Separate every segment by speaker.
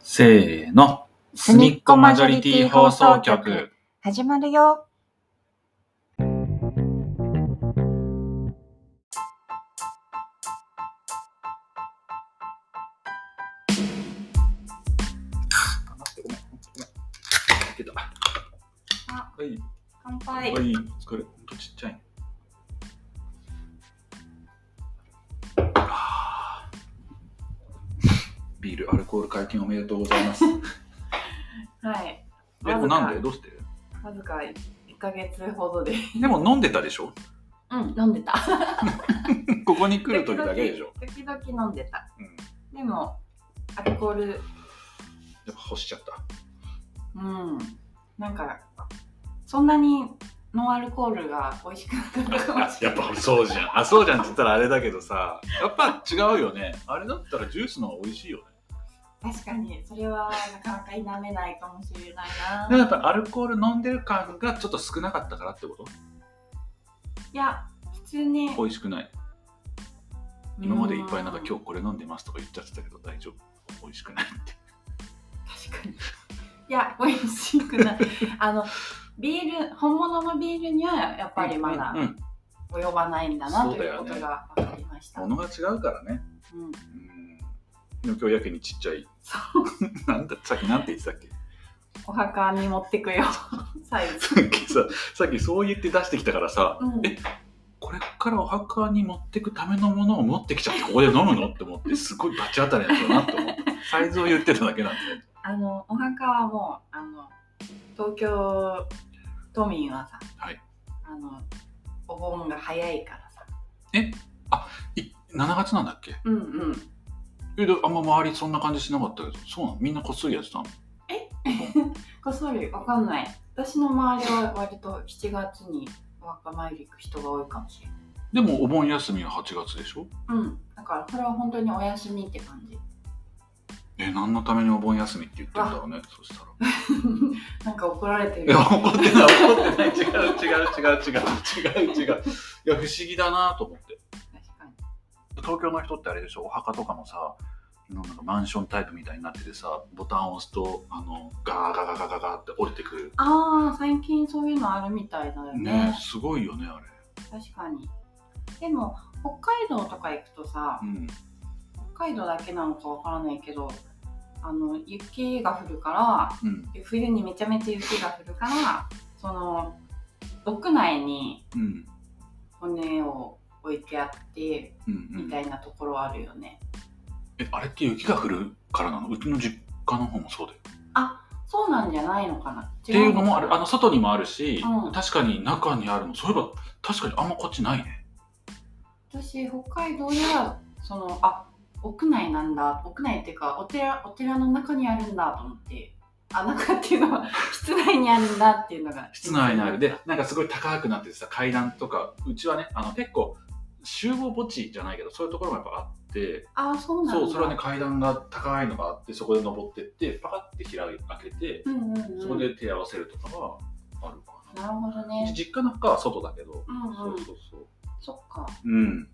Speaker 1: せーの。すみっこマジョリティ放送局。
Speaker 2: 始まるよ。
Speaker 1: 出た。
Speaker 2: あ
Speaker 1: はい。
Speaker 2: 乾
Speaker 1: はい。
Speaker 2: 杯
Speaker 1: お。疲れ。ほんとちっちゃい。あービール、アルコール解禁おめでとうござい ます。え、
Speaker 2: はい。
Speaker 1: これ
Speaker 2: わずか
Speaker 1: なんでどうして
Speaker 2: わずか1ヶ月ほどで。
Speaker 1: でも飲んでたでしょ
Speaker 2: うん、飲んでた。
Speaker 1: ここに来る時だけでしょ。
Speaker 2: 時々時々飲んでた。
Speaker 1: うん。や
Speaker 2: でも、アルコール、
Speaker 1: っぱ干しちゃった。
Speaker 2: うん。なんか、そんなにノンアルコールが美味しくなかったかも
Speaker 1: あ
Speaker 2: しれ
Speaker 1: やっ
Speaker 2: ない。
Speaker 1: ぱそうじゃん。あ、そうじゃんって言ったらあれだけどさ、やっぱ違うよね。あれだったらジュースの方が美味しいよね。
Speaker 2: 確かに、それはなかなか否めないかもしれない
Speaker 1: でも
Speaker 2: な。
Speaker 1: やっぱアルコール飲んでる感がちょっと少なかったからってこと
Speaker 2: いや、普通に。
Speaker 1: 美味しくない。今までいっぱいなんか今日これ飲んでますとか言っちゃってたけど大丈夫。美味しくないって。
Speaker 2: 確かに。いや、美味しくない。あの、ビール、本物のビールにはやっぱりまだ
Speaker 1: うんうん
Speaker 2: 及ばないんだな
Speaker 1: そう
Speaker 2: と
Speaker 1: だ
Speaker 2: いう
Speaker 1: よ
Speaker 2: こ
Speaker 1: ね
Speaker 2: とが分かりました。
Speaker 1: 物が違うからね。
Speaker 2: うん
Speaker 1: うん。でも今日やけにちっちゃい。 なんだ、さっきなんて言ってたっけ
Speaker 2: お墓に持ってくよ、 サイズ。
Speaker 1: さっきさ、さっきそう言って出してきたからさ、
Speaker 2: うん
Speaker 1: えこれからお墓に持ってくためのものを持ってきちゃってここで飲むのって思ってすごいバチ当たりなんだなって思ったサイズを言ってただけなんで
Speaker 2: あの、お墓はもう、あの、東京都民はさ、
Speaker 1: はい
Speaker 2: あの、お盆が早いからさ。
Speaker 1: い7月なんだっけ
Speaker 2: うんうん。
Speaker 1: えであんま周りそんな感じしなかったけどそうなのみんなこっそりやってたの
Speaker 2: こっそりわかんない。私の周りは割と7月にお墓参り行く人が多いかもしれない。
Speaker 1: でもお盆休みは8月でしょ
Speaker 2: うん、だからこれは本当にお休みって感じ
Speaker 1: え何のためにお盆休みって言ってんだろうねそしたら
Speaker 2: なんか怒られて
Speaker 1: い
Speaker 2: る
Speaker 1: や怒ってない怒ってない違う違う違う違う違う違ういや不思議だなと思って
Speaker 2: 確かに
Speaker 1: 東京の人ってあれでしょお墓とかもさなんかマンションタイプみたいになっててさボタンを押すとあのガーガーガーガーガーガーって降りてくる
Speaker 2: ああ最近そういうのあるみたいだよね
Speaker 1: ねすごいよねあれ
Speaker 2: 確かにでも北海道とか行くとさ
Speaker 1: うん
Speaker 2: 北海道だけなのかわからないけどあの雪が降るか
Speaker 1: うん
Speaker 2: ら冬にめちゃめちゃ雪が降るからその屋内に
Speaker 1: うん
Speaker 2: 骨を置いてあって
Speaker 1: うんう
Speaker 2: み
Speaker 1: ん
Speaker 2: たいなところあるよね、
Speaker 1: えあれって雪が降るからなのうちの実家の方もそうだよ
Speaker 2: そうなんじゃないのかなっ
Speaker 1: っていうのもあるあの外にもあるし、
Speaker 2: うん
Speaker 1: 確かに中にあるのそういえば確かにあんまこっちないね
Speaker 2: 私北海道ではそのあ屋内なんだ屋内っていうかお寺お寺の中にあるんだと思ってあ中っていうのは室内にあるんだっていうのが
Speaker 1: 室内にあるでなんかすごい高くなっててさ階段とかうちはねあの結構集合墓地じゃないけどそういうところもやっぱあって
Speaker 2: あそうなんだ
Speaker 1: そう、それはね、階段が高いのがあって、そこで登ってって、パカって開い開けて、
Speaker 2: うんうんうん
Speaker 1: そこで手合わせるとかはあるかな。
Speaker 2: なるほどね
Speaker 1: 実家の墓は外だけど、
Speaker 2: うん
Speaker 1: そう
Speaker 2: うん
Speaker 1: そうそう。
Speaker 2: そっか
Speaker 1: うん。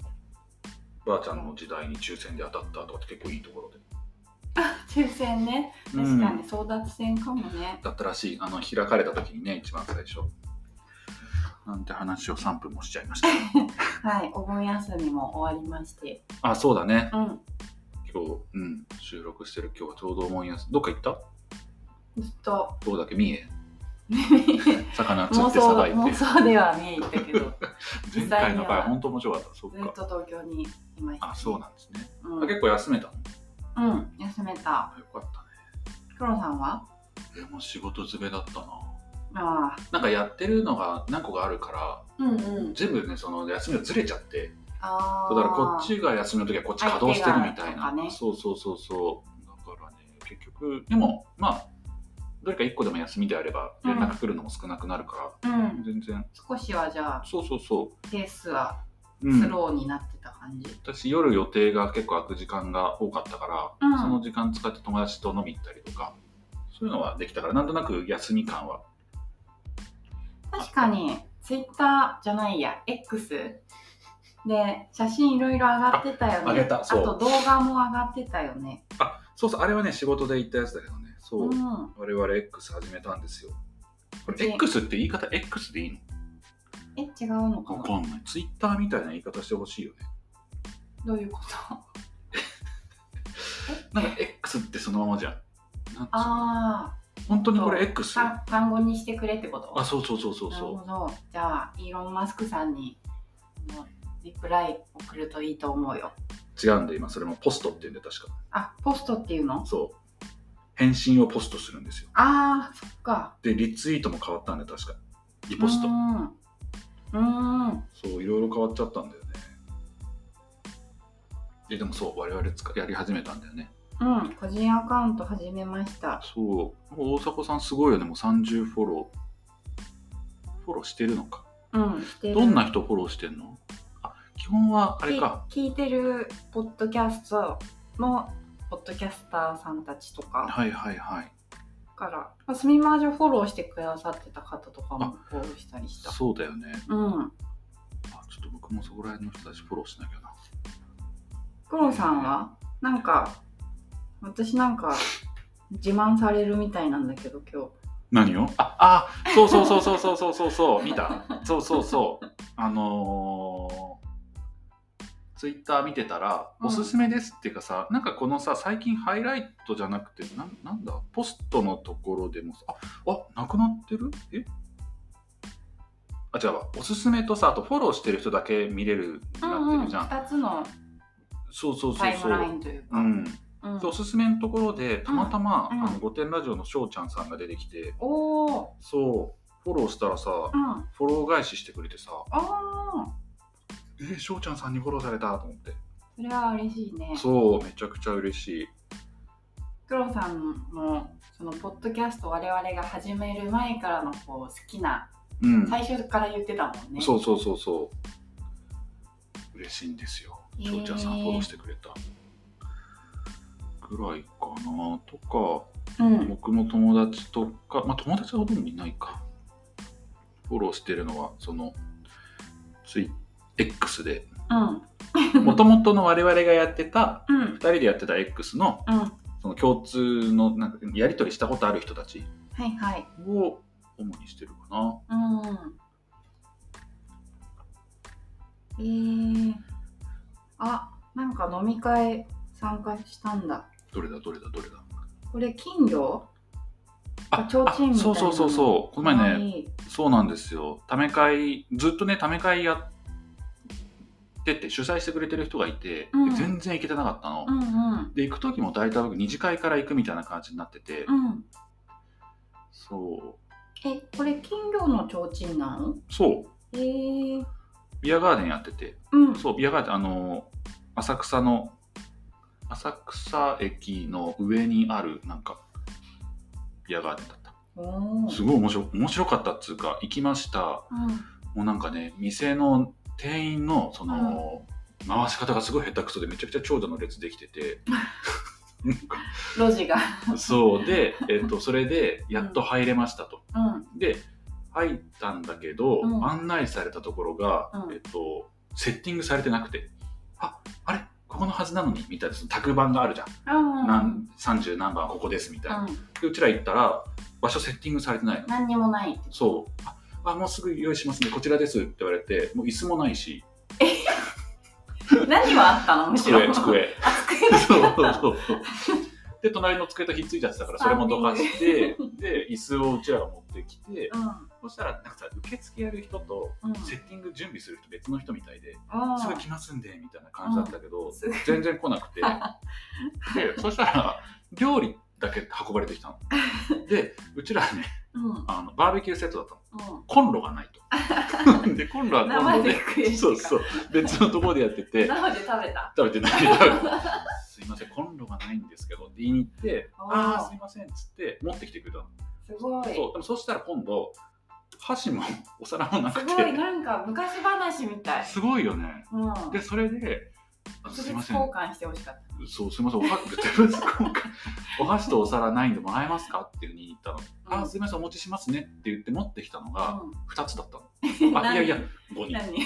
Speaker 1: ばあちゃんの時代に抽選で当たったとかって結構いいところで。
Speaker 2: 抽選ね確かに争奪戦かもね、
Speaker 1: だったらしい。あの、開かれた時にね、一番最初。なんて話を3分もしちゃい ました。
Speaker 2: はいお盆休みも終わりまして
Speaker 1: あ、そうだね。
Speaker 2: うん
Speaker 1: 今日、うん、収録してる今日はちょうど思いやす。どっか行った
Speaker 2: ずっ と
Speaker 1: どうだっけ三重。
Speaker 2: 妄
Speaker 1: 魚釣ってさ
Speaker 2: 想
Speaker 1: ばいて。
Speaker 2: 妄想では見えたけ
Speaker 1: 前
Speaker 2: ど
Speaker 1: 回の
Speaker 2: 実際に
Speaker 1: 回
Speaker 2: は
Speaker 1: 本当面白かった。そっ
Speaker 2: ずっ
Speaker 1: か。
Speaker 2: と東京にいました、
Speaker 1: あ、そうなんですね。
Speaker 2: うん、
Speaker 1: あ結構休めたの。
Speaker 2: うん、休めた
Speaker 1: あよかった
Speaker 2: 黒さんは
Speaker 1: ね。え、もう仕事詰めだったな。
Speaker 2: ああ
Speaker 1: なんかやってるのが何個かあるから、
Speaker 2: うんうん。
Speaker 1: 全部ね、その休みがずれちゃって、
Speaker 2: ああ。
Speaker 1: だからこっちが休みの時はこっち稼働してるみたい
Speaker 2: 相手がとか
Speaker 1: な。
Speaker 2: ね
Speaker 1: そうそうそうそう。だからね、結局、でも、まあ、どれか1個でも休みであれば、連絡来るのも少なくなるか
Speaker 2: う
Speaker 1: ら、
Speaker 2: ん。
Speaker 1: 全然、
Speaker 2: 少しはじゃあ、
Speaker 1: そうそうそ
Speaker 2: ペースは
Speaker 1: う。う
Speaker 2: ス
Speaker 1: ん、
Speaker 2: ローになってた感じ。
Speaker 1: 私、夜予定が結構空く時間が多かったから、
Speaker 2: うん
Speaker 1: その時間使って友達と飲み行ったりとか、そういうのはできたから、なんとなく休み感は
Speaker 2: 確かに、ツイッターじゃないや、X? で、写真いろいろ上がってたよね。
Speaker 1: あ上げたそう
Speaker 2: あと動画も上がってたよね。
Speaker 1: そうそうあれはね仕事で行ったやつだけどねそう、
Speaker 2: うん、
Speaker 1: 我々 X 始めたんですよこれ
Speaker 2: で
Speaker 1: X って言い方 X でいいの
Speaker 2: え違うのか
Speaker 1: わ
Speaker 2: な
Speaker 1: かんない Twitter みたいな言い方してほしいよね
Speaker 2: どういうこと
Speaker 1: なんか X ってそのままじゃんなんつうの
Speaker 2: あ
Speaker 1: 本当にこれ X?
Speaker 2: あ単語にしてくれってこと
Speaker 1: あそうそうそうそう
Speaker 2: なる
Speaker 1: そ
Speaker 2: ほどじゃあイーロン・マスクさんにあのリプライ送るといいと思うよ
Speaker 1: う違うんで今それもポストって言うんで確か
Speaker 2: あポストっていうの
Speaker 1: そう返信をポストするんですよ
Speaker 2: あーそっか
Speaker 1: でリツイートも変わったんで確かリポスト
Speaker 2: うんうーん
Speaker 1: そういろいろ変わっちゃったんだよねえでもそう我々使やり始めたんだよね
Speaker 2: うん個人アカウント始めました
Speaker 1: そう大迫さんすごいよねもう30フォローフォローしてるのか
Speaker 2: うんしてる
Speaker 1: どんな人フォローしてんのあ基本はあれか
Speaker 2: き聞いてるポッドキャストのポッドキャスターさんたちとか
Speaker 1: はいはいはい
Speaker 2: から、まあ、スミマージュフォローしてくださってた方とかもフォローしたりした
Speaker 1: そうだよね
Speaker 2: うん
Speaker 1: あちょっと僕もそこら辺の人たちフォローしなきゃな
Speaker 2: 黒さんはなんか私なんか自慢されるみたいなんだけど今
Speaker 1: 何をああそうそうそうそうそうそうそうそう見たそうそう そうあのー、ツイッター見てたら「
Speaker 2: うん
Speaker 1: おすすめです」っていうかさ、なんかこのさ最近ハイライトじゃなくてなんなんだポストのところでもさああなくなってるえあ違うわおすすめとさあとフォローしてる人だけ見れる
Speaker 2: 日、
Speaker 1: なってるじゃん、
Speaker 2: 2つの
Speaker 1: そうそうそう
Speaker 2: タイ
Speaker 1: そ
Speaker 2: ムライ
Speaker 1: う
Speaker 2: ンというか、
Speaker 1: うん、
Speaker 2: うん
Speaker 1: でおすすめのところでたまたま「
Speaker 2: うんうん
Speaker 1: あの御殿ラジオ」のしょうちゃんさんが出てきて
Speaker 2: おお
Speaker 1: そうフォローしたらさ、
Speaker 2: うんあ
Speaker 1: フォロー返ししてくれてさ
Speaker 2: あ
Speaker 1: えー、翔ちゃんさんにフォローされたと思って
Speaker 2: それは嬉しいね
Speaker 1: そうめちゃくちゃ嬉しい
Speaker 2: 黒さんもそのポッドキャスト我々が始める前からのこう好きな
Speaker 1: うん、
Speaker 2: 最初から言ってたもんね、
Speaker 1: そうそうそうそう嬉しいんですよ
Speaker 2: へー
Speaker 1: 翔ちゃんさんフォローしてくれたぐらいかなとか
Speaker 2: うん、
Speaker 1: 僕の友達とかまあ友達はほとんどいないかフォローしてるのはそのツイ X で
Speaker 2: うん
Speaker 1: もともとの我々がやってた
Speaker 2: うん
Speaker 1: 2人でやってた X の
Speaker 2: うんは
Speaker 1: その共通のなんかやり取りしたことある人たち
Speaker 2: いはい
Speaker 1: を主にしてるかな。
Speaker 2: うんうんえー、あなんか飲み会参加したんだ
Speaker 1: どれだどれだどれだ。
Speaker 2: これ金魚あ提灯みたいなの
Speaker 1: そうそうそうそう。この前ね、
Speaker 2: ね
Speaker 1: そうなんですよ。ため会、ずっとね、ため会やってて、主催してくれてる人がいて、
Speaker 2: うん
Speaker 1: 全然行けてなかったの。
Speaker 2: うんうん
Speaker 1: で、行く時も大体僕二次会から行くみたいな感じになってて、
Speaker 2: うん
Speaker 1: そ
Speaker 2: えこれ金魚の提灯なの
Speaker 1: う。そう。
Speaker 2: えー、
Speaker 1: ビアガーデンやってて、
Speaker 2: うん
Speaker 1: そう、ビアガーデン、あの、浅草の、浅草駅の上にある、なんか、ビアガーデンだった。
Speaker 2: おー
Speaker 1: すごい面白面白かったっつうか行きました
Speaker 2: うん
Speaker 1: もうなんかね店の店員のその、回し方がすごい下手くそでめちゃくちゃ長蛇の列できててなんか
Speaker 2: 路地が。
Speaker 1: そうで、えっと、それでやっと入れましたと、
Speaker 2: うん。
Speaker 1: で入ったんだけど、
Speaker 2: うん
Speaker 1: 案内されたところが、
Speaker 2: うん
Speaker 1: えっと、セッティングされてなくてああれここのはずなのにみたいなその卓番があるじゃん、
Speaker 2: うん。
Speaker 1: なん、30何番はここですみたいな、
Speaker 2: うん。
Speaker 1: でうちら行ったら場所セッティングされてないの
Speaker 2: 何にもないって。
Speaker 1: そう。ああ、もうすぐ用意しますね、こちらですって言われて、もう椅子もないし、
Speaker 2: 何はあったのむしろ。
Speaker 1: 机、。 机。
Speaker 2: あ、机だ
Speaker 1: そう
Speaker 2: けだった
Speaker 1: そ
Speaker 2: の
Speaker 1: うそう。で、隣の机とひっついちゃってたから、それもどかして、で、椅子をうちらが持ってきて、そしたら、なんかさ、受付やる人と、
Speaker 2: うん。うん。
Speaker 1: セッティング準備する人別の人みたいで、
Speaker 2: あ
Speaker 1: すぐ
Speaker 2: ー
Speaker 1: 来ますんで、みたいな感じだったけど、
Speaker 2: すぐ
Speaker 1: 全然来な くて。で、そしたら、料理だけ運ばれてきたの。で、うちらね、
Speaker 2: うん。
Speaker 1: あのバーベキューセットだったの。
Speaker 2: う
Speaker 1: コンロがない と。で、コンロは
Speaker 2: ん。
Speaker 1: コン
Speaker 2: 生
Speaker 1: ロ
Speaker 2: で
Speaker 1: で。
Speaker 2: 食える。
Speaker 1: そうそう。別のところでやってて
Speaker 2: 生で食べた。
Speaker 1: 食べてない食べてないすいませんコンロがないんですけどって言いに行って
Speaker 2: あー
Speaker 1: ああーすいませんっつって持ってきてくれたの
Speaker 2: すごい。
Speaker 1: そうでもそしたら今度箸もお皿もなく
Speaker 2: す
Speaker 1: て
Speaker 2: ごい、なんか昔話みたい。
Speaker 1: すごいよね
Speaker 2: うん。
Speaker 1: でそれであ
Speaker 2: 物
Speaker 1: す
Speaker 2: 々
Speaker 1: いませ
Speaker 2: 交
Speaker 1: ん
Speaker 2: 換してほしかった。
Speaker 1: そうすいませんおは物々交換お箸とお皿ないんでもらえますかっていうふうに言ったの、ああーすいませんお持ちしますねって言って持ってきたのが
Speaker 2: うん
Speaker 1: 2つだったのあいやいや5人
Speaker 2: 何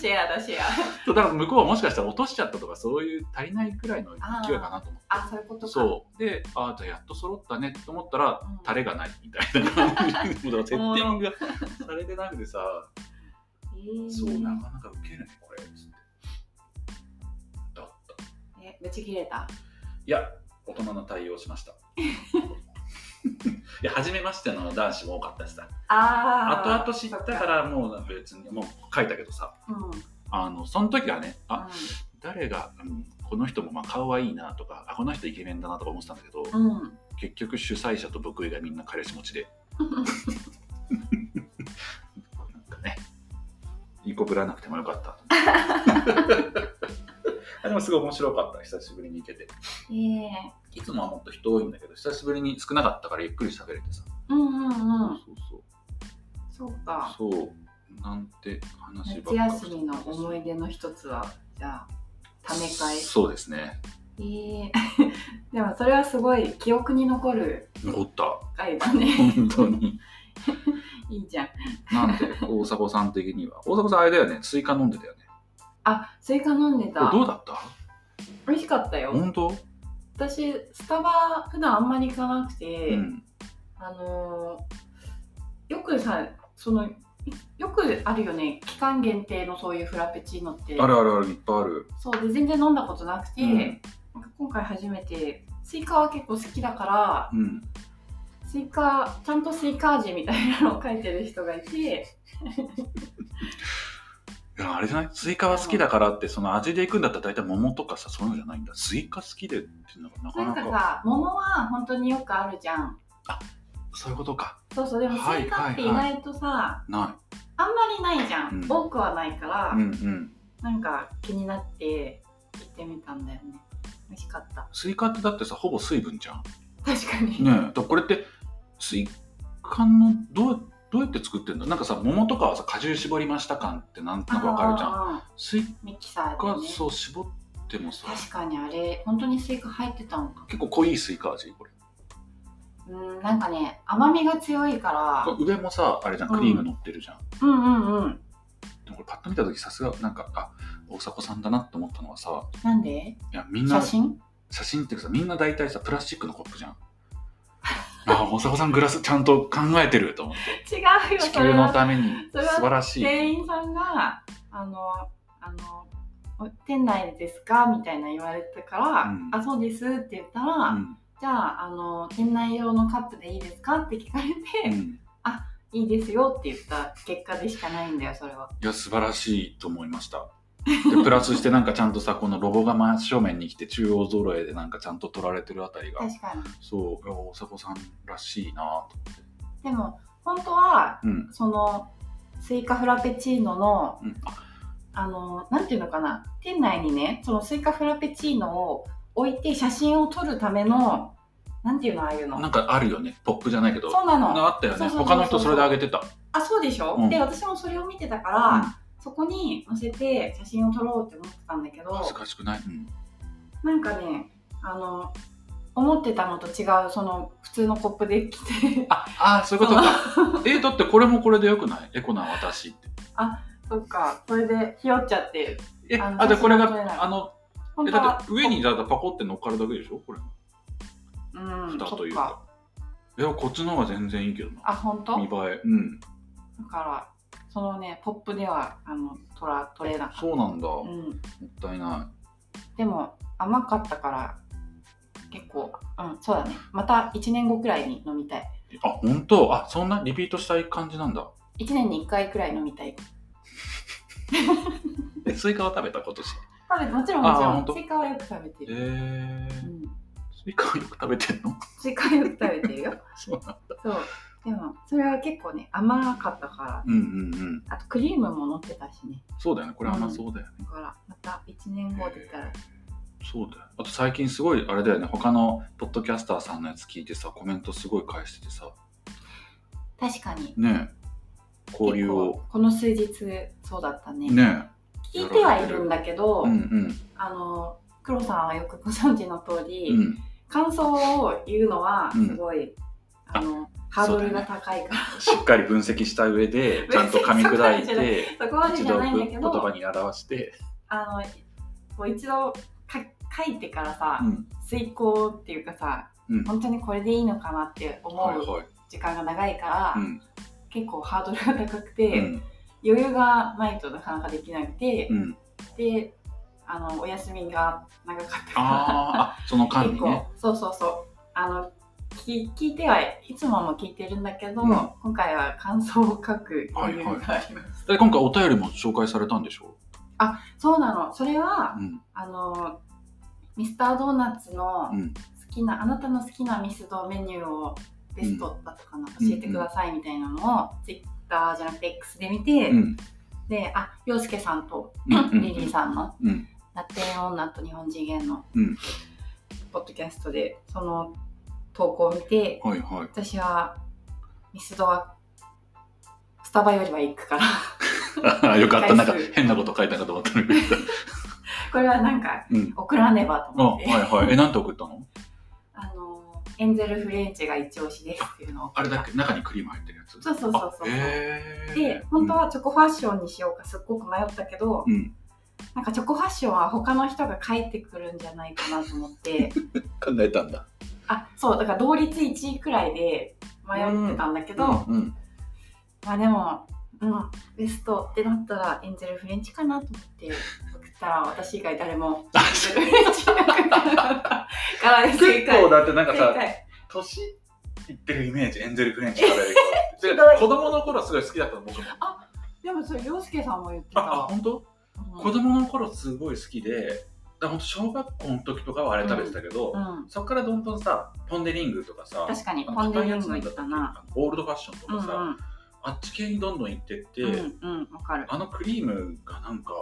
Speaker 2: シェアだシェア
Speaker 1: そうだから向こうはもしかしたら落としちゃったとかそういう足りないくらいの勢いかなと思って
Speaker 2: あそういうことか
Speaker 1: そうでああじゃあやっと揃ったねと思ったら、
Speaker 2: うん
Speaker 1: タレがないみたいなもうだからセッティングがされてなくてさ
Speaker 2: えー
Speaker 1: そうなかなかウケるねこれつってだったい
Speaker 2: えぶち切れた
Speaker 1: や大人の対応しましたいや初めましての男子も多かったしさ
Speaker 2: あ
Speaker 1: 後
Speaker 2: あ
Speaker 1: 々知ったからもう別にもう書いたけどさ
Speaker 2: うんうん
Speaker 1: あのその時はねあ誰が、うん、この人もまあ顔はいいなとかあこの人イケメンだなとか思ってたんだけど、
Speaker 2: うん
Speaker 1: 結局主催者と僕以外みんな彼氏持ちでなんかねいい子ぶらなくてもよか ったあでもすごい面白かった久しぶりに行けて
Speaker 2: ええ
Speaker 1: いつもはもっと人多いんだけど久しぶりに少なかったからゆっくり喋れてさ、
Speaker 2: うんうんうん
Speaker 1: そう
Speaker 2: そうか
Speaker 1: そうそうなんて話ばっ
Speaker 2: 夏
Speaker 1: かり
Speaker 2: 休みの思い出の一つはじゃあため会
Speaker 1: そうですね
Speaker 2: ええ でもそれはすごい記憶に残る
Speaker 1: 残 った
Speaker 2: 回だね
Speaker 1: 本当に
Speaker 2: いいじゃん
Speaker 1: なんで大迫さん的には大迫さんあれだよね追加飲んでたよね
Speaker 2: あスイカ飲んで
Speaker 1: こ
Speaker 2: た
Speaker 1: れどうだった
Speaker 2: 美味しかったよ
Speaker 1: 本当、
Speaker 2: 私スタバ普段あんまり行かなくて、
Speaker 1: うん
Speaker 2: あのーよくさそのよくあるよね期間限定のそういうフラペチーノって
Speaker 1: あるあるあるいっぱいある、
Speaker 2: そうで全然飲んだことなくて、
Speaker 1: うん
Speaker 2: なんか今回初めてスイカは結構好きだから
Speaker 1: うん
Speaker 2: スイカちゃんとスイカ味みたいなのを書いてる人がいて
Speaker 1: いやあれじゃないスイカは好きだからってその味でいくんだったら大体桃とかさそういうのじゃないんだスイカ好きでっていうのがなか
Speaker 2: なん
Speaker 1: な
Speaker 2: か
Speaker 1: か
Speaker 2: さ桃は本当によくあるじゃん
Speaker 1: そういうことか
Speaker 2: そうそうでもスイカって意外とさ、
Speaker 1: な
Speaker 2: あんまりないじゃん、
Speaker 1: うん
Speaker 2: 多くはないから、
Speaker 1: い、うんうん、
Speaker 2: なんか気になって行ってみたんだよね美味しかった
Speaker 1: スイカってだってさほぼ水分じゃん
Speaker 2: 確かに、
Speaker 1: ねえだからこれってスイカのどうどうやって作ってんだなんかさ桃とかはさ果汁絞りました感ってなんとなくわかるじゃん
Speaker 2: ん
Speaker 1: スイ
Speaker 2: ミキサー
Speaker 1: カ、
Speaker 2: でね
Speaker 1: そう絞ってもさ
Speaker 2: 確かにあれ本当にスイカ入ってたのか
Speaker 1: 結構濃いスイカ味これ
Speaker 2: うんなんかね甘みが強いから
Speaker 1: これ上もさあれじゃんクリーム乗ってるじゃん、
Speaker 2: うんうんうん
Speaker 1: でもこれパッと見た時さすがなんかあ大迫さんだなって思ったのはさ
Speaker 2: なんで
Speaker 1: いやみんな
Speaker 2: 写真
Speaker 1: 写真っていうかさみんな大体さプラスチックのコップじゃん あ大迫さんグラスちゃんと考えてると思って
Speaker 2: 違うよ
Speaker 1: 地
Speaker 2: そ
Speaker 1: 球
Speaker 2: れ
Speaker 1: の
Speaker 2: は
Speaker 1: ために素
Speaker 2: それは
Speaker 1: 晴らしい
Speaker 2: 店員さんがあのあのお店内ですかみたいな言われたから、
Speaker 1: うん
Speaker 2: あそうですって言ったら、
Speaker 1: うん
Speaker 2: じゃああの店内用のカップでいいですかって聞かれ
Speaker 1: う
Speaker 2: て、
Speaker 1: ん
Speaker 2: いいですよって言った結果でしかないんだよそれは。
Speaker 1: いや素晴らしいと思いましたでプラスしてなんかちゃんとさこのロゴが真正面に来て中央揃えでなんかちゃんと取られてるあたりが
Speaker 2: 確かに
Speaker 1: そういや大迫さんらしいなと
Speaker 2: でも本当は
Speaker 1: うん
Speaker 2: そのスイカフラペチーノの
Speaker 1: うんあ
Speaker 2: あのなんていうのかな店内にねそのスイカフラペチーノを置いて写真を撮るためのなんていうのああいうの
Speaker 1: なんかあるよねポップじゃないけど
Speaker 2: そうなの
Speaker 1: あったよ
Speaker 2: そ
Speaker 1: ね
Speaker 2: うそうそうそ
Speaker 1: 他
Speaker 2: う
Speaker 1: の人それであげてた
Speaker 2: あそうでしょ、
Speaker 1: うん
Speaker 2: で私もそれを見てたから、そこに載せて写真を撮ろうって思ってたんだけど
Speaker 1: 恥ずかしくない、うん
Speaker 2: なんかねあの思ってたのと違うその普通のコップで来て
Speaker 1: ああーそういうことかえだってこれもこれでよくないエコな私って
Speaker 2: そっかそれでひよっちゃって
Speaker 1: え、
Speaker 2: あ
Speaker 1: あ、
Speaker 2: の
Speaker 1: じゃあこれ
Speaker 2: 写真撮れない
Speaker 1: が、あの、
Speaker 2: 本
Speaker 1: え、だ
Speaker 2: 当
Speaker 1: っ
Speaker 2: は
Speaker 1: て上にだってパコって乗っかるだけでしょこれ。
Speaker 2: うん
Speaker 1: 蓋という
Speaker 2: そっか
Speaker 1: か。いや、こっちの方が全然いいけどな。
Speaker 2: あ本当
Speaker 1: 見栄え。うん。
Speaker 2: だからそのねポップではあの取ら取れなかった
Speaker 1: そうなんだ。も
Speaker 2: うん、
Speaker 1: ったいな
Speaker 2: でも甘かったから結構うんそうだねまた1年後くらいに飲みたい
Speaker 1: い。あ、本当あ、そんなリピートしたい感じなんだ。
Speaker 2: 1年に1回くらい飲みたい
Speaker 1: え、スイカは食べた今年。
Speaker 2: 食べてもちろん
Speaker 1: あ
Speaker 2: もち
Speaker 1: あ本
Speaker 2: ろ
Speaker 1: 当
Speaker 2: んスイカはよく食べて
Speaker 1: え
Speaker 2: る、
Speaker 1: ー、スイカはよく食べてんの
Speaker 2: うん、スイカはよく食べてるよ
Speaker 1: そうなんだ。
Speaker 2: そうでもそれは結構ね甘かったから
Speaker 1: うんうんうん。
Speaker 2: あとクリームも乗ってたしね
Speaker 1: そうだよね。これ甘そうだよね。
Speaker 2: だからまた1年後出たら
Speaker 1: そうだよ。あと最近すごい、あれだよね。他のポッドキャスターさんのやつ聞いてさ、コメントすごい返しててさ、
Speaker 2: 確かに
Speaker 1: ねえ交流
Speaker 2: 結
Speaker 1: を。
Speaker 2: 構この数日そうだったね
Speaker 1: ねえ
Speaker 2: 聞いてはいるんだけど、
Speaker 1: うんうん。
Speaker 2: あの黒さんはよくご存知の通り、
Speaker 1: うん
Speaker 2: 感想を言うのは
Speaker 1: うん
Speaker 2: すごい、あのハードルが高いから
Speaker 1: しっかり分析した上 で、ちゃんと噛み砕い
Speaker 2: 分析した上
Speaker 1: て、
Speaker 2: そこまで
Speaker 1: 一
Speaker 2: じゃ
Speaker 1: 度
Speaker 2: ないんだ
Speaker 1: 言
Speaker 2: け
Speaker 1: 葉
Speaker 2: ど
Speaker 1: に表して、
Speaker 2: あのこう一度か書いてからさ、
Speaker 1: うん
Speaker 2: 遂行っていうかさ、
Speaker 1: うん
Speaker 2: 本当にこれでいいのかなって思
Speaker 1: はいうはい。
Speaker 2: 時間が長いから、
Speaker 1: うん。
Speaker 2: 結構ハードルが高く
Speaker 1: う
Speaker 2: て、
Speaker 1: ん。
Speaker 2: 余裕がないとなかなかできなくて、
Speaker 1: うん。
Speaker 2: であのお休みが長かったか
Speaker 1: あーあ、その間
Speaker 2: ら結
Speaker 1: に
Speaker 2: 構、
Speaker 1: ね。
Speaker 2: そうそうそうあの聞聞いてはいつもも聞いてるんだけど、
Speaker 1: うん
Speaker 2: 今回は感想を書く余裕があります、
Speaker 1: で今回お便りも紹介されたんでしょ
Speaker 2: そうなのそれは
Speaker 1: う、うん。
Speaker 2: あのミスタードーナツの
Speaker 1: うん
Speaker 2: 好きな、あなたの好きなミスドメニューをベストだったかな、
Speaker 1: うん
Speaker 2: 教えてくださいみたいなのをツイッターじゃなくて X で見て、
Speaker 1: うん。
Speaker 2: であ陽介さんと
Speaker 1: うんうんうん
Speaker 2: リリーさんの
Speaker 1: うん。
Speaker 2: ラテン女と日本次元の
Speaker 1: うん
Speaker 2: ポッドキャストでその投稿を見て
Speaker 1: はいはい。
Speaker 2: 私はミスドはスタバよりは行くから
Speaker 1: あー よかった。なんか
Speaker 2: 回数
Speaker 1: 変なこと書いたかと思ったのに。
Speaker 2: これはなんか
Speaker 1: うん。
Speaker 2: 送らねばと
Speaker 1: あ、
Speaker 2: 思っ
Speaker 1: は
Speaker 2: て
Speaker 1: いはい。え、なんて送ったの
Speaker 2: あのエンゼルフレンチが一押しですっていうのを
Speaker 1: あれだっけ中にクリーム入ってるやつ。
Speaker 2: そうそうそうそう、
Speaker 1: へえ。
Speaker 2: で本当はチョコファッションにしようかすっごく迷ったけど、
Speaker 1: うん
Speaker 2: なんかチョコファッションは他の人が書いてくるんじゃないかなと思って
Speaker 1: 考えたんだ。
Speaker 2: あそうだから同率1位くらいで迷ってたんだけど、
Speaker 1: うんうん。
Speaker 2: まあでも、うん、ベストってなったらエンゼルフレンチかなと思って送ったら私以外誰も
Speaker 1: あ
Speaker 2: エン
Speaker 1: そ
Speaker 2: ゼルフレンチなかったから正
Speaker 1: 結
Speaker 2: 解
Speaker 1: 構だってなんか
Speaker 2: 正
Speaker 1: さ、
Speaker 2: 解
Speaker 1: 年いってるイメージ、エンゼルフレンチ食べる人
Speaker 2: ひどい
Speaker 1: 子供の頃すごい好きだったの、僕も。
Speaker 2: でもそれ洋介さんも言ってた
Speaker 1: あ、あ、本当
Speaker 2: うん
Speaker 1: 子供の頃すごい好きで、だから本当小学校の時とかはあれ食べてたけど、
Speaker 2: うん、
Speaker 1: そっからどんどんさ、ポンデリングとかさ、
Speaker 2: 確かに
Speaker 1: あ
Speaker 2: ポ
Speaker 1: の
Speaker 2: ンデ
Speaker 1: 高い
Speaker 2: リ
Speaker 1: や
Speaker 2: ン
Speaker 1: つ
Speaker 2: グ
Speaker 1: なん
Speaker 2: 行
Speaker 1: だ
Speaker 2: っ
Speaker 1: った
Speaker 2: た
Speaker 1: っけな
Speaker 2: なん
Speaker 1: かオールドファッションと
Speaker 2: うんう
Speaker 1: かさ、
Speaker 2: ん
Speaker 1: あっち系にどんどん行ってって、
Speaker 2: うんうんわかる
Speaker 1: あのクリームがなんか、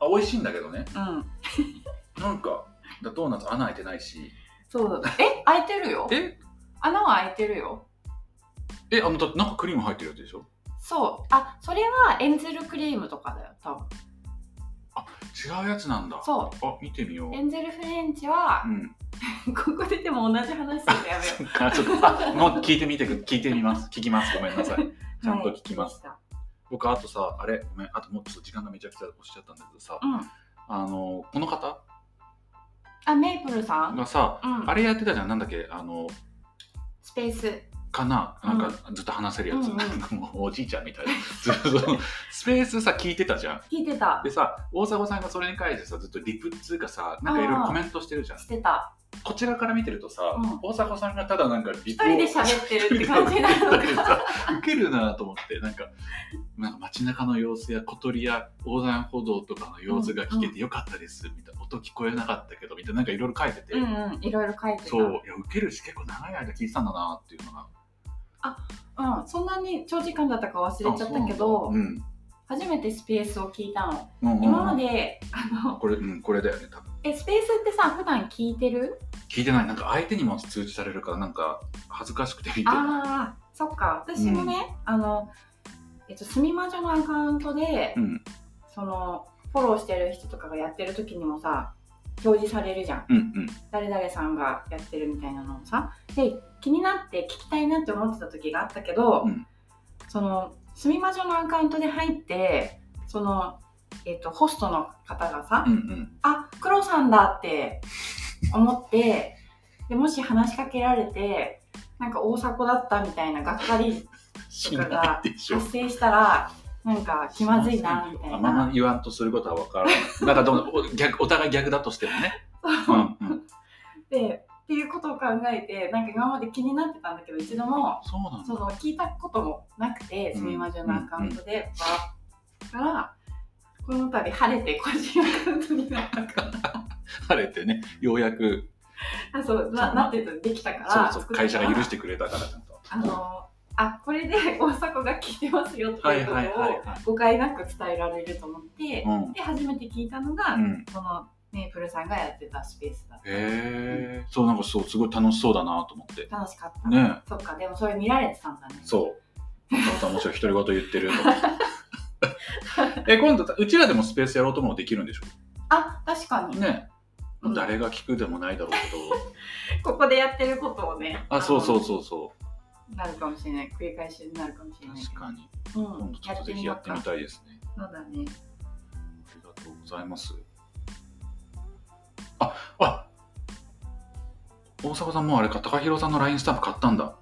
Speaker 1: あ美味しいんだけどね、
Speaker 2: うん
Speaker 1: なんか、だドーナツ穴開いてないし、
Speaker 2: そうだえ開いてるよ
Speaker 1: え、
Speaker 2: 穴は開いてるよ
Speaker 1: え、あの、だってなんかクリーム入ってるやつでしょ
Speaker 2: そうあそれはエンゼルクリームとかだよ多分
Speaker 1: 違うやつなんだ。
Speaker 2: そ
Speaker 1: あ、見てみよう
Speaker 2: うエ。ンゼルフレンチは
Speaker 1: う、ん。
Speaker 2: ここででも同じ話するのやめよ
Speaker 1: そ
Speaker 2: う
Speaker 1: っかちょっとあもう聞いてみてく聞いてみます聞きますごめんなさい ちゃんと聞きます、
Speaker 2: は
Speaker 1: 僕あとさあれごめんあともうちょっと時間がめちゃくちゃ押しちゃったんだけどさ
Speaker 2: いうん、
Speaker 1: あのこの方
Speaker 2: あメイプルさん、
Speaker 1: がさ
Speaker 2: うん、
Speaker 1: あれやってたじゃんなんだっけあの
Speaker 2: スペース
Speaker 1: かな
Speaker 2: う
Speaker 1: なんんかずっと話せるやつ、
Speaker 2: うんうん
Speaker 1: なんかもうおじいちゃんみたいなずっとスペースさ聞いてたじゃん
Speaker 2: 聞いてた
Speaker 1: でさ大迫さんがそれに関してさずっとリプっつうかさなんかいろいろコメントしてるじゃん
Speaker 2: してた
Speaker 1: こちらから見てるとさ、
Speaker 2: うん
Speaker 1: 大迫さんがただなんかリ
Speaker 2: 一
Speaker 1: プを
Speaker 2: 人で喋ってるって感じになるの か
Speaker 1: 受けるなと思ってなんかなんか街中の様子や小鳥や横断歩道とかの様子が聞けてよかったですみたいな、音聞こえなかったけどみたいななんかいろいろ書いてて、
Speaker 2: うんうんいろいろ書いてた
Speaker 1: そういや受けるし結構長い間聞いてたんだなっていうのが
Speaker 2: うん、そんなに長時間だったか忘れちゃったけ
Speaker 1: あ
Speaker 2: ど、
Speaker 1: そうなんだ
Speaker 2: 初めてスペースを聞いたの、
Speaker 1: うんうんうんうん
Speaker 2: 今まであの
Speaker 1: これうんこれだよね多分
Speaker 2: えスペースってさ普段聞いてる
Speaker 1: 聞いてないなんか相手にも通知されるからなんか恥ずかしくて見てない
Speaker 2: ああそっか私もね、あのえっとすみまじょのアカウントで、
Speaker 1: うん
Speaker 2: そのフォローしてる人とかがやってる時にもさ表示されるじゃん
Speaker 1: うんうん
Speaker 2: 誰々さんがやってるみたいなのをさで気になって聞きたいなって思ってた時があったけど、
Speaker 1: うん
Speaker 2: そのすみまじょのアカウントで入ってその、えっとホストの方がさ、
Speaker 1: うんうん
Speaker 2: あ、クロさんだって思って、でもし話しかけられて、なんか大迫だったみたいながっかり
Speaker 1: しないでしょ
Speaker 2: 発生したら、なんか気まずいなみたい
Speaker 1: あまま
Speaker 2: な。
Speaker 1: 言わんとすることは分からないなんかどうお逆お互い逆だとしてもねうんうん
Speaker 2: で、っていうことを考えて、なんか今まで気になってたんだけど、一度も、
Speaker 1: そうなん
Speaker 2: そ
Speaker 1: だ
Speaker 2: の聞いたこともなくて、
Speaker 1: うん
Speaker 2: すみまじょのアカウントで、ばから、この度晴れて個人アカウントになったから、
Speaker 1: 晴れてねようやく
Speaker 2: あそう、な
Speaker 1: そう
Speaker 2: なってるできたから、
Speaker 1: そうそう
Speaker 2: 作っ
Speaker 1: 会
Speaker 2: た
Speaker 1: 社
Speaker 2: から
Speaker 1: が許してくれたからちゃんと
Speaker 2: あのあこれで大迫が聞いてますよって
Speaker 1: はいいう
Speaker 2: こ
Speaker 1: はいはい
Speaker 2: とを
Speaker 1: は
Speaker 2: 誤解なく伝えられると思って
Speaker 1: い、うん
Speaker 2: で初めて聞いたのが、
Speaker 1: うん、
Speaker 2: このメイプルさんがやってたスペースだっ
Speaker 1: へえ、そうなんかそうすごい楽しそうだなと思って
Speaker 2: た楽しかった、
Speaker 1: ね
Speaker 2: そっかでもそれ見られてたんだね
Speaker 1: そうお母さんもちろん独り言言ってると思 ってえ今度うちらでもスペースやろうともできるんでしょ
Speaker 2: あ確かに、
Speaker 1: ね
Speaker 2: うん
Speaker 1: 誰が聞くでもないだろうけど、
Speaker 2: ここでやってることをね
Speaker 1: あそうそううそうそ
Speaker 2: なるかもしれない繰り返しになるかもしれない
Speaker 1: 確かに
Speaker 2: に、う
Speaker 1: 今
Speaker 2: ん
Speaker 1: 度、ちょ
Speaker 2: や
Speaker 1: っ
Speaker 2: っ
Speaker 1: とぜ
Speaker 2: てみ
Speaker 1: ひ
Speaker 2: よ
Speaker 1: や
Speaker 2: う
Speaker 1: ってみ
Speaker 2: かそ
Speaker 1: たいですね
Speaker 2: うだね
Speaker 1: ありがとうございますああ大迫さんもうあれか高弘さんの LINE スタンプ買ったんだ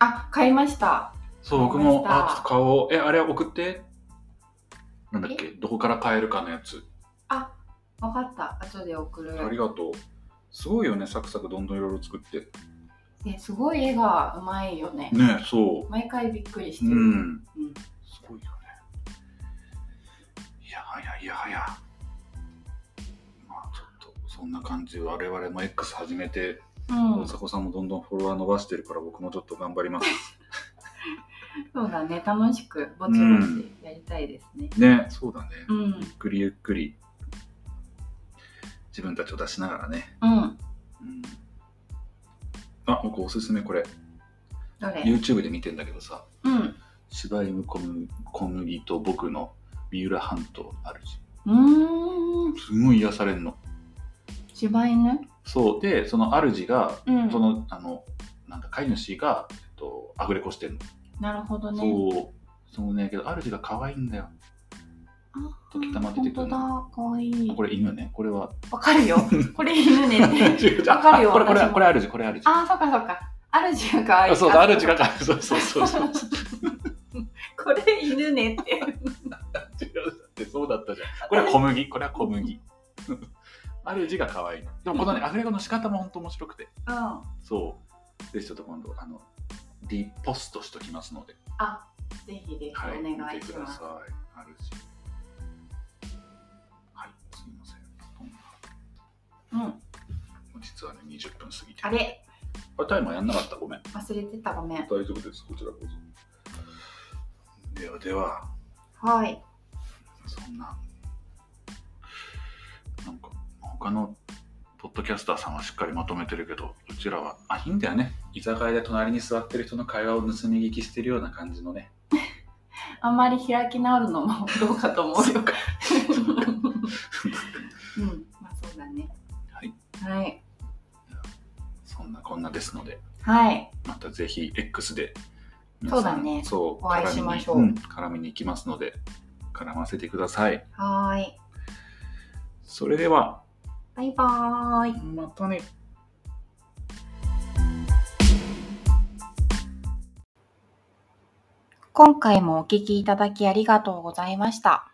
Speaker 2: あ買いました
Speaker 1: そう
Speaker 2: 買い
Speaker 1: 僕
Speaker 2: まし
Speaker 1: も
Speaker 2: た
Speaker 1: あちょっと顔をえあれ送ってなんだっけどこから買えるかのやつ
Speaker 2: 分かった後で送る
Speaker 1: ありがとうすごいよねサクサクどんどんいろいろ作って
Speaker 2: ねすごい絵がうまいよね
Speaker 1: ねそ
Speaker 2: 毎回びっくりし
Speaker 1: うう
Speaker 2: てる、
Speaker 1: ん
Speaker 2: うん
Speaker 1: すごいよねいやはやいやはやまあちょっとそんな感じ我々も X 始めて
Speaker 2: うん
Speaker 1: 大迫さんもどんどんフォロワー伸ばしてるから僕もちょっと頑張ります
Speaker 2: そうだね楽しくぼちぼちやりたいですね
Speaker 1: ねそうだね
Speaker 2: うんうん、
Speaker 1: ゆっくりゆっくり自分たちを出しながらね、うん、あ僕おすすめこれ
Speaker 2: どれ
Speaker 1: YouTube で見てんだけどさ
Speaker 2: うん
Speaker 1: 柴犬小麦小麦と僕の三浦半島あるじ
Speaker 2: うーん
Speaker 1: すごい癒されんの
Speaker 2: 柴犬
Speaker 1: そうでその主が
Speaker 2: うん
Speaker 1: そのあのなんだ飼い主が、えっと、アフレコしてんの、
Speaker 2: なるほどね
Speaker 1: そうそのねけど主が可愛いんだよ時たま出てくるの
Speaker 2: 本当だ、かわいい。
Speaker 1: これ犬ねこれは
Speaker 2: わ かるよ。これ犬ねって。
Speaker 1: 違う違う
Speaker 2: わかるよ
Speaker 1: あこれこれ
Speaker 2: 私も
Speaker 1: これ主これ主
Speaker 2: ああ、そっかそっか。主がかわいい。
Speaker 1: あそうだ主が可愛いそうそうそうそう
Speaker 2: これ犬 ねって。
Speaker 1: 違うだってそうだったじゃんこれは小麦これは小 麦主が可愛いのでもこのねアフレコの仕方も本当面白くて
Speaker 2: うん。
Speaker 1: そう。ぜひちょっと今度、あの、リポストしときますので、
Speaker 2: あ、ぜひぜひお願い
Speaker 1: 見て
Speaker 2: し
Speaker 1: くだ
Speaker 2: ます。
Speaker 1: さい。あるし。はい、すみません。
Speaker 2: うん。
Speaker 1: 実はね、20分過ぎて。
Speaker 2: あれ、
Speaker 1: あタイマーやんなかった。ごめん。
Speaker 2: 忘れてた、ごめん。
Speaker 1: 大丈夫です。こちらこそ。ではでは、
Speaker 2: はい。
Speaker 1: そんな、なんか、他の、ポッドキャスターさんはしっかりまとめてるけど、うちらは、あ、いいんだよね。居酒屋で隣に座ってる人の会話を盗み聞きしてるような感じの ね、
Speaker 2: あんまり開き直るのもどうかと 思うよ。うん。まあそうだね。
Speaker 1: はい。
Speaker 2: はい。
Speaker 1: そんなこんなですので、
Speaker 2: はい。
Speaker 1: またぜひ X で
Speaker 2: そうだね
Speaker 1: そう
Speaker 2: お会いしましょう
Speaker 1: 絡みにん絡みに行きますので、絡ませてください。
Speaker 2: はーい。
Speaker 1: それでは、
Speaker 2: バイバーイ。
Speaker 1: またね。
Speaker 2: 今回もお聞きいただきありがとうございました。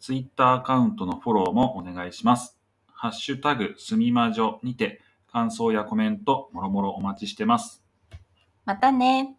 Speaker 1: Twitter アカウントのフォローもお願いします。ハッシュタグすみまじょにて、感想やコメント、もろもろお待ちしてます。
Speaker 2: またね。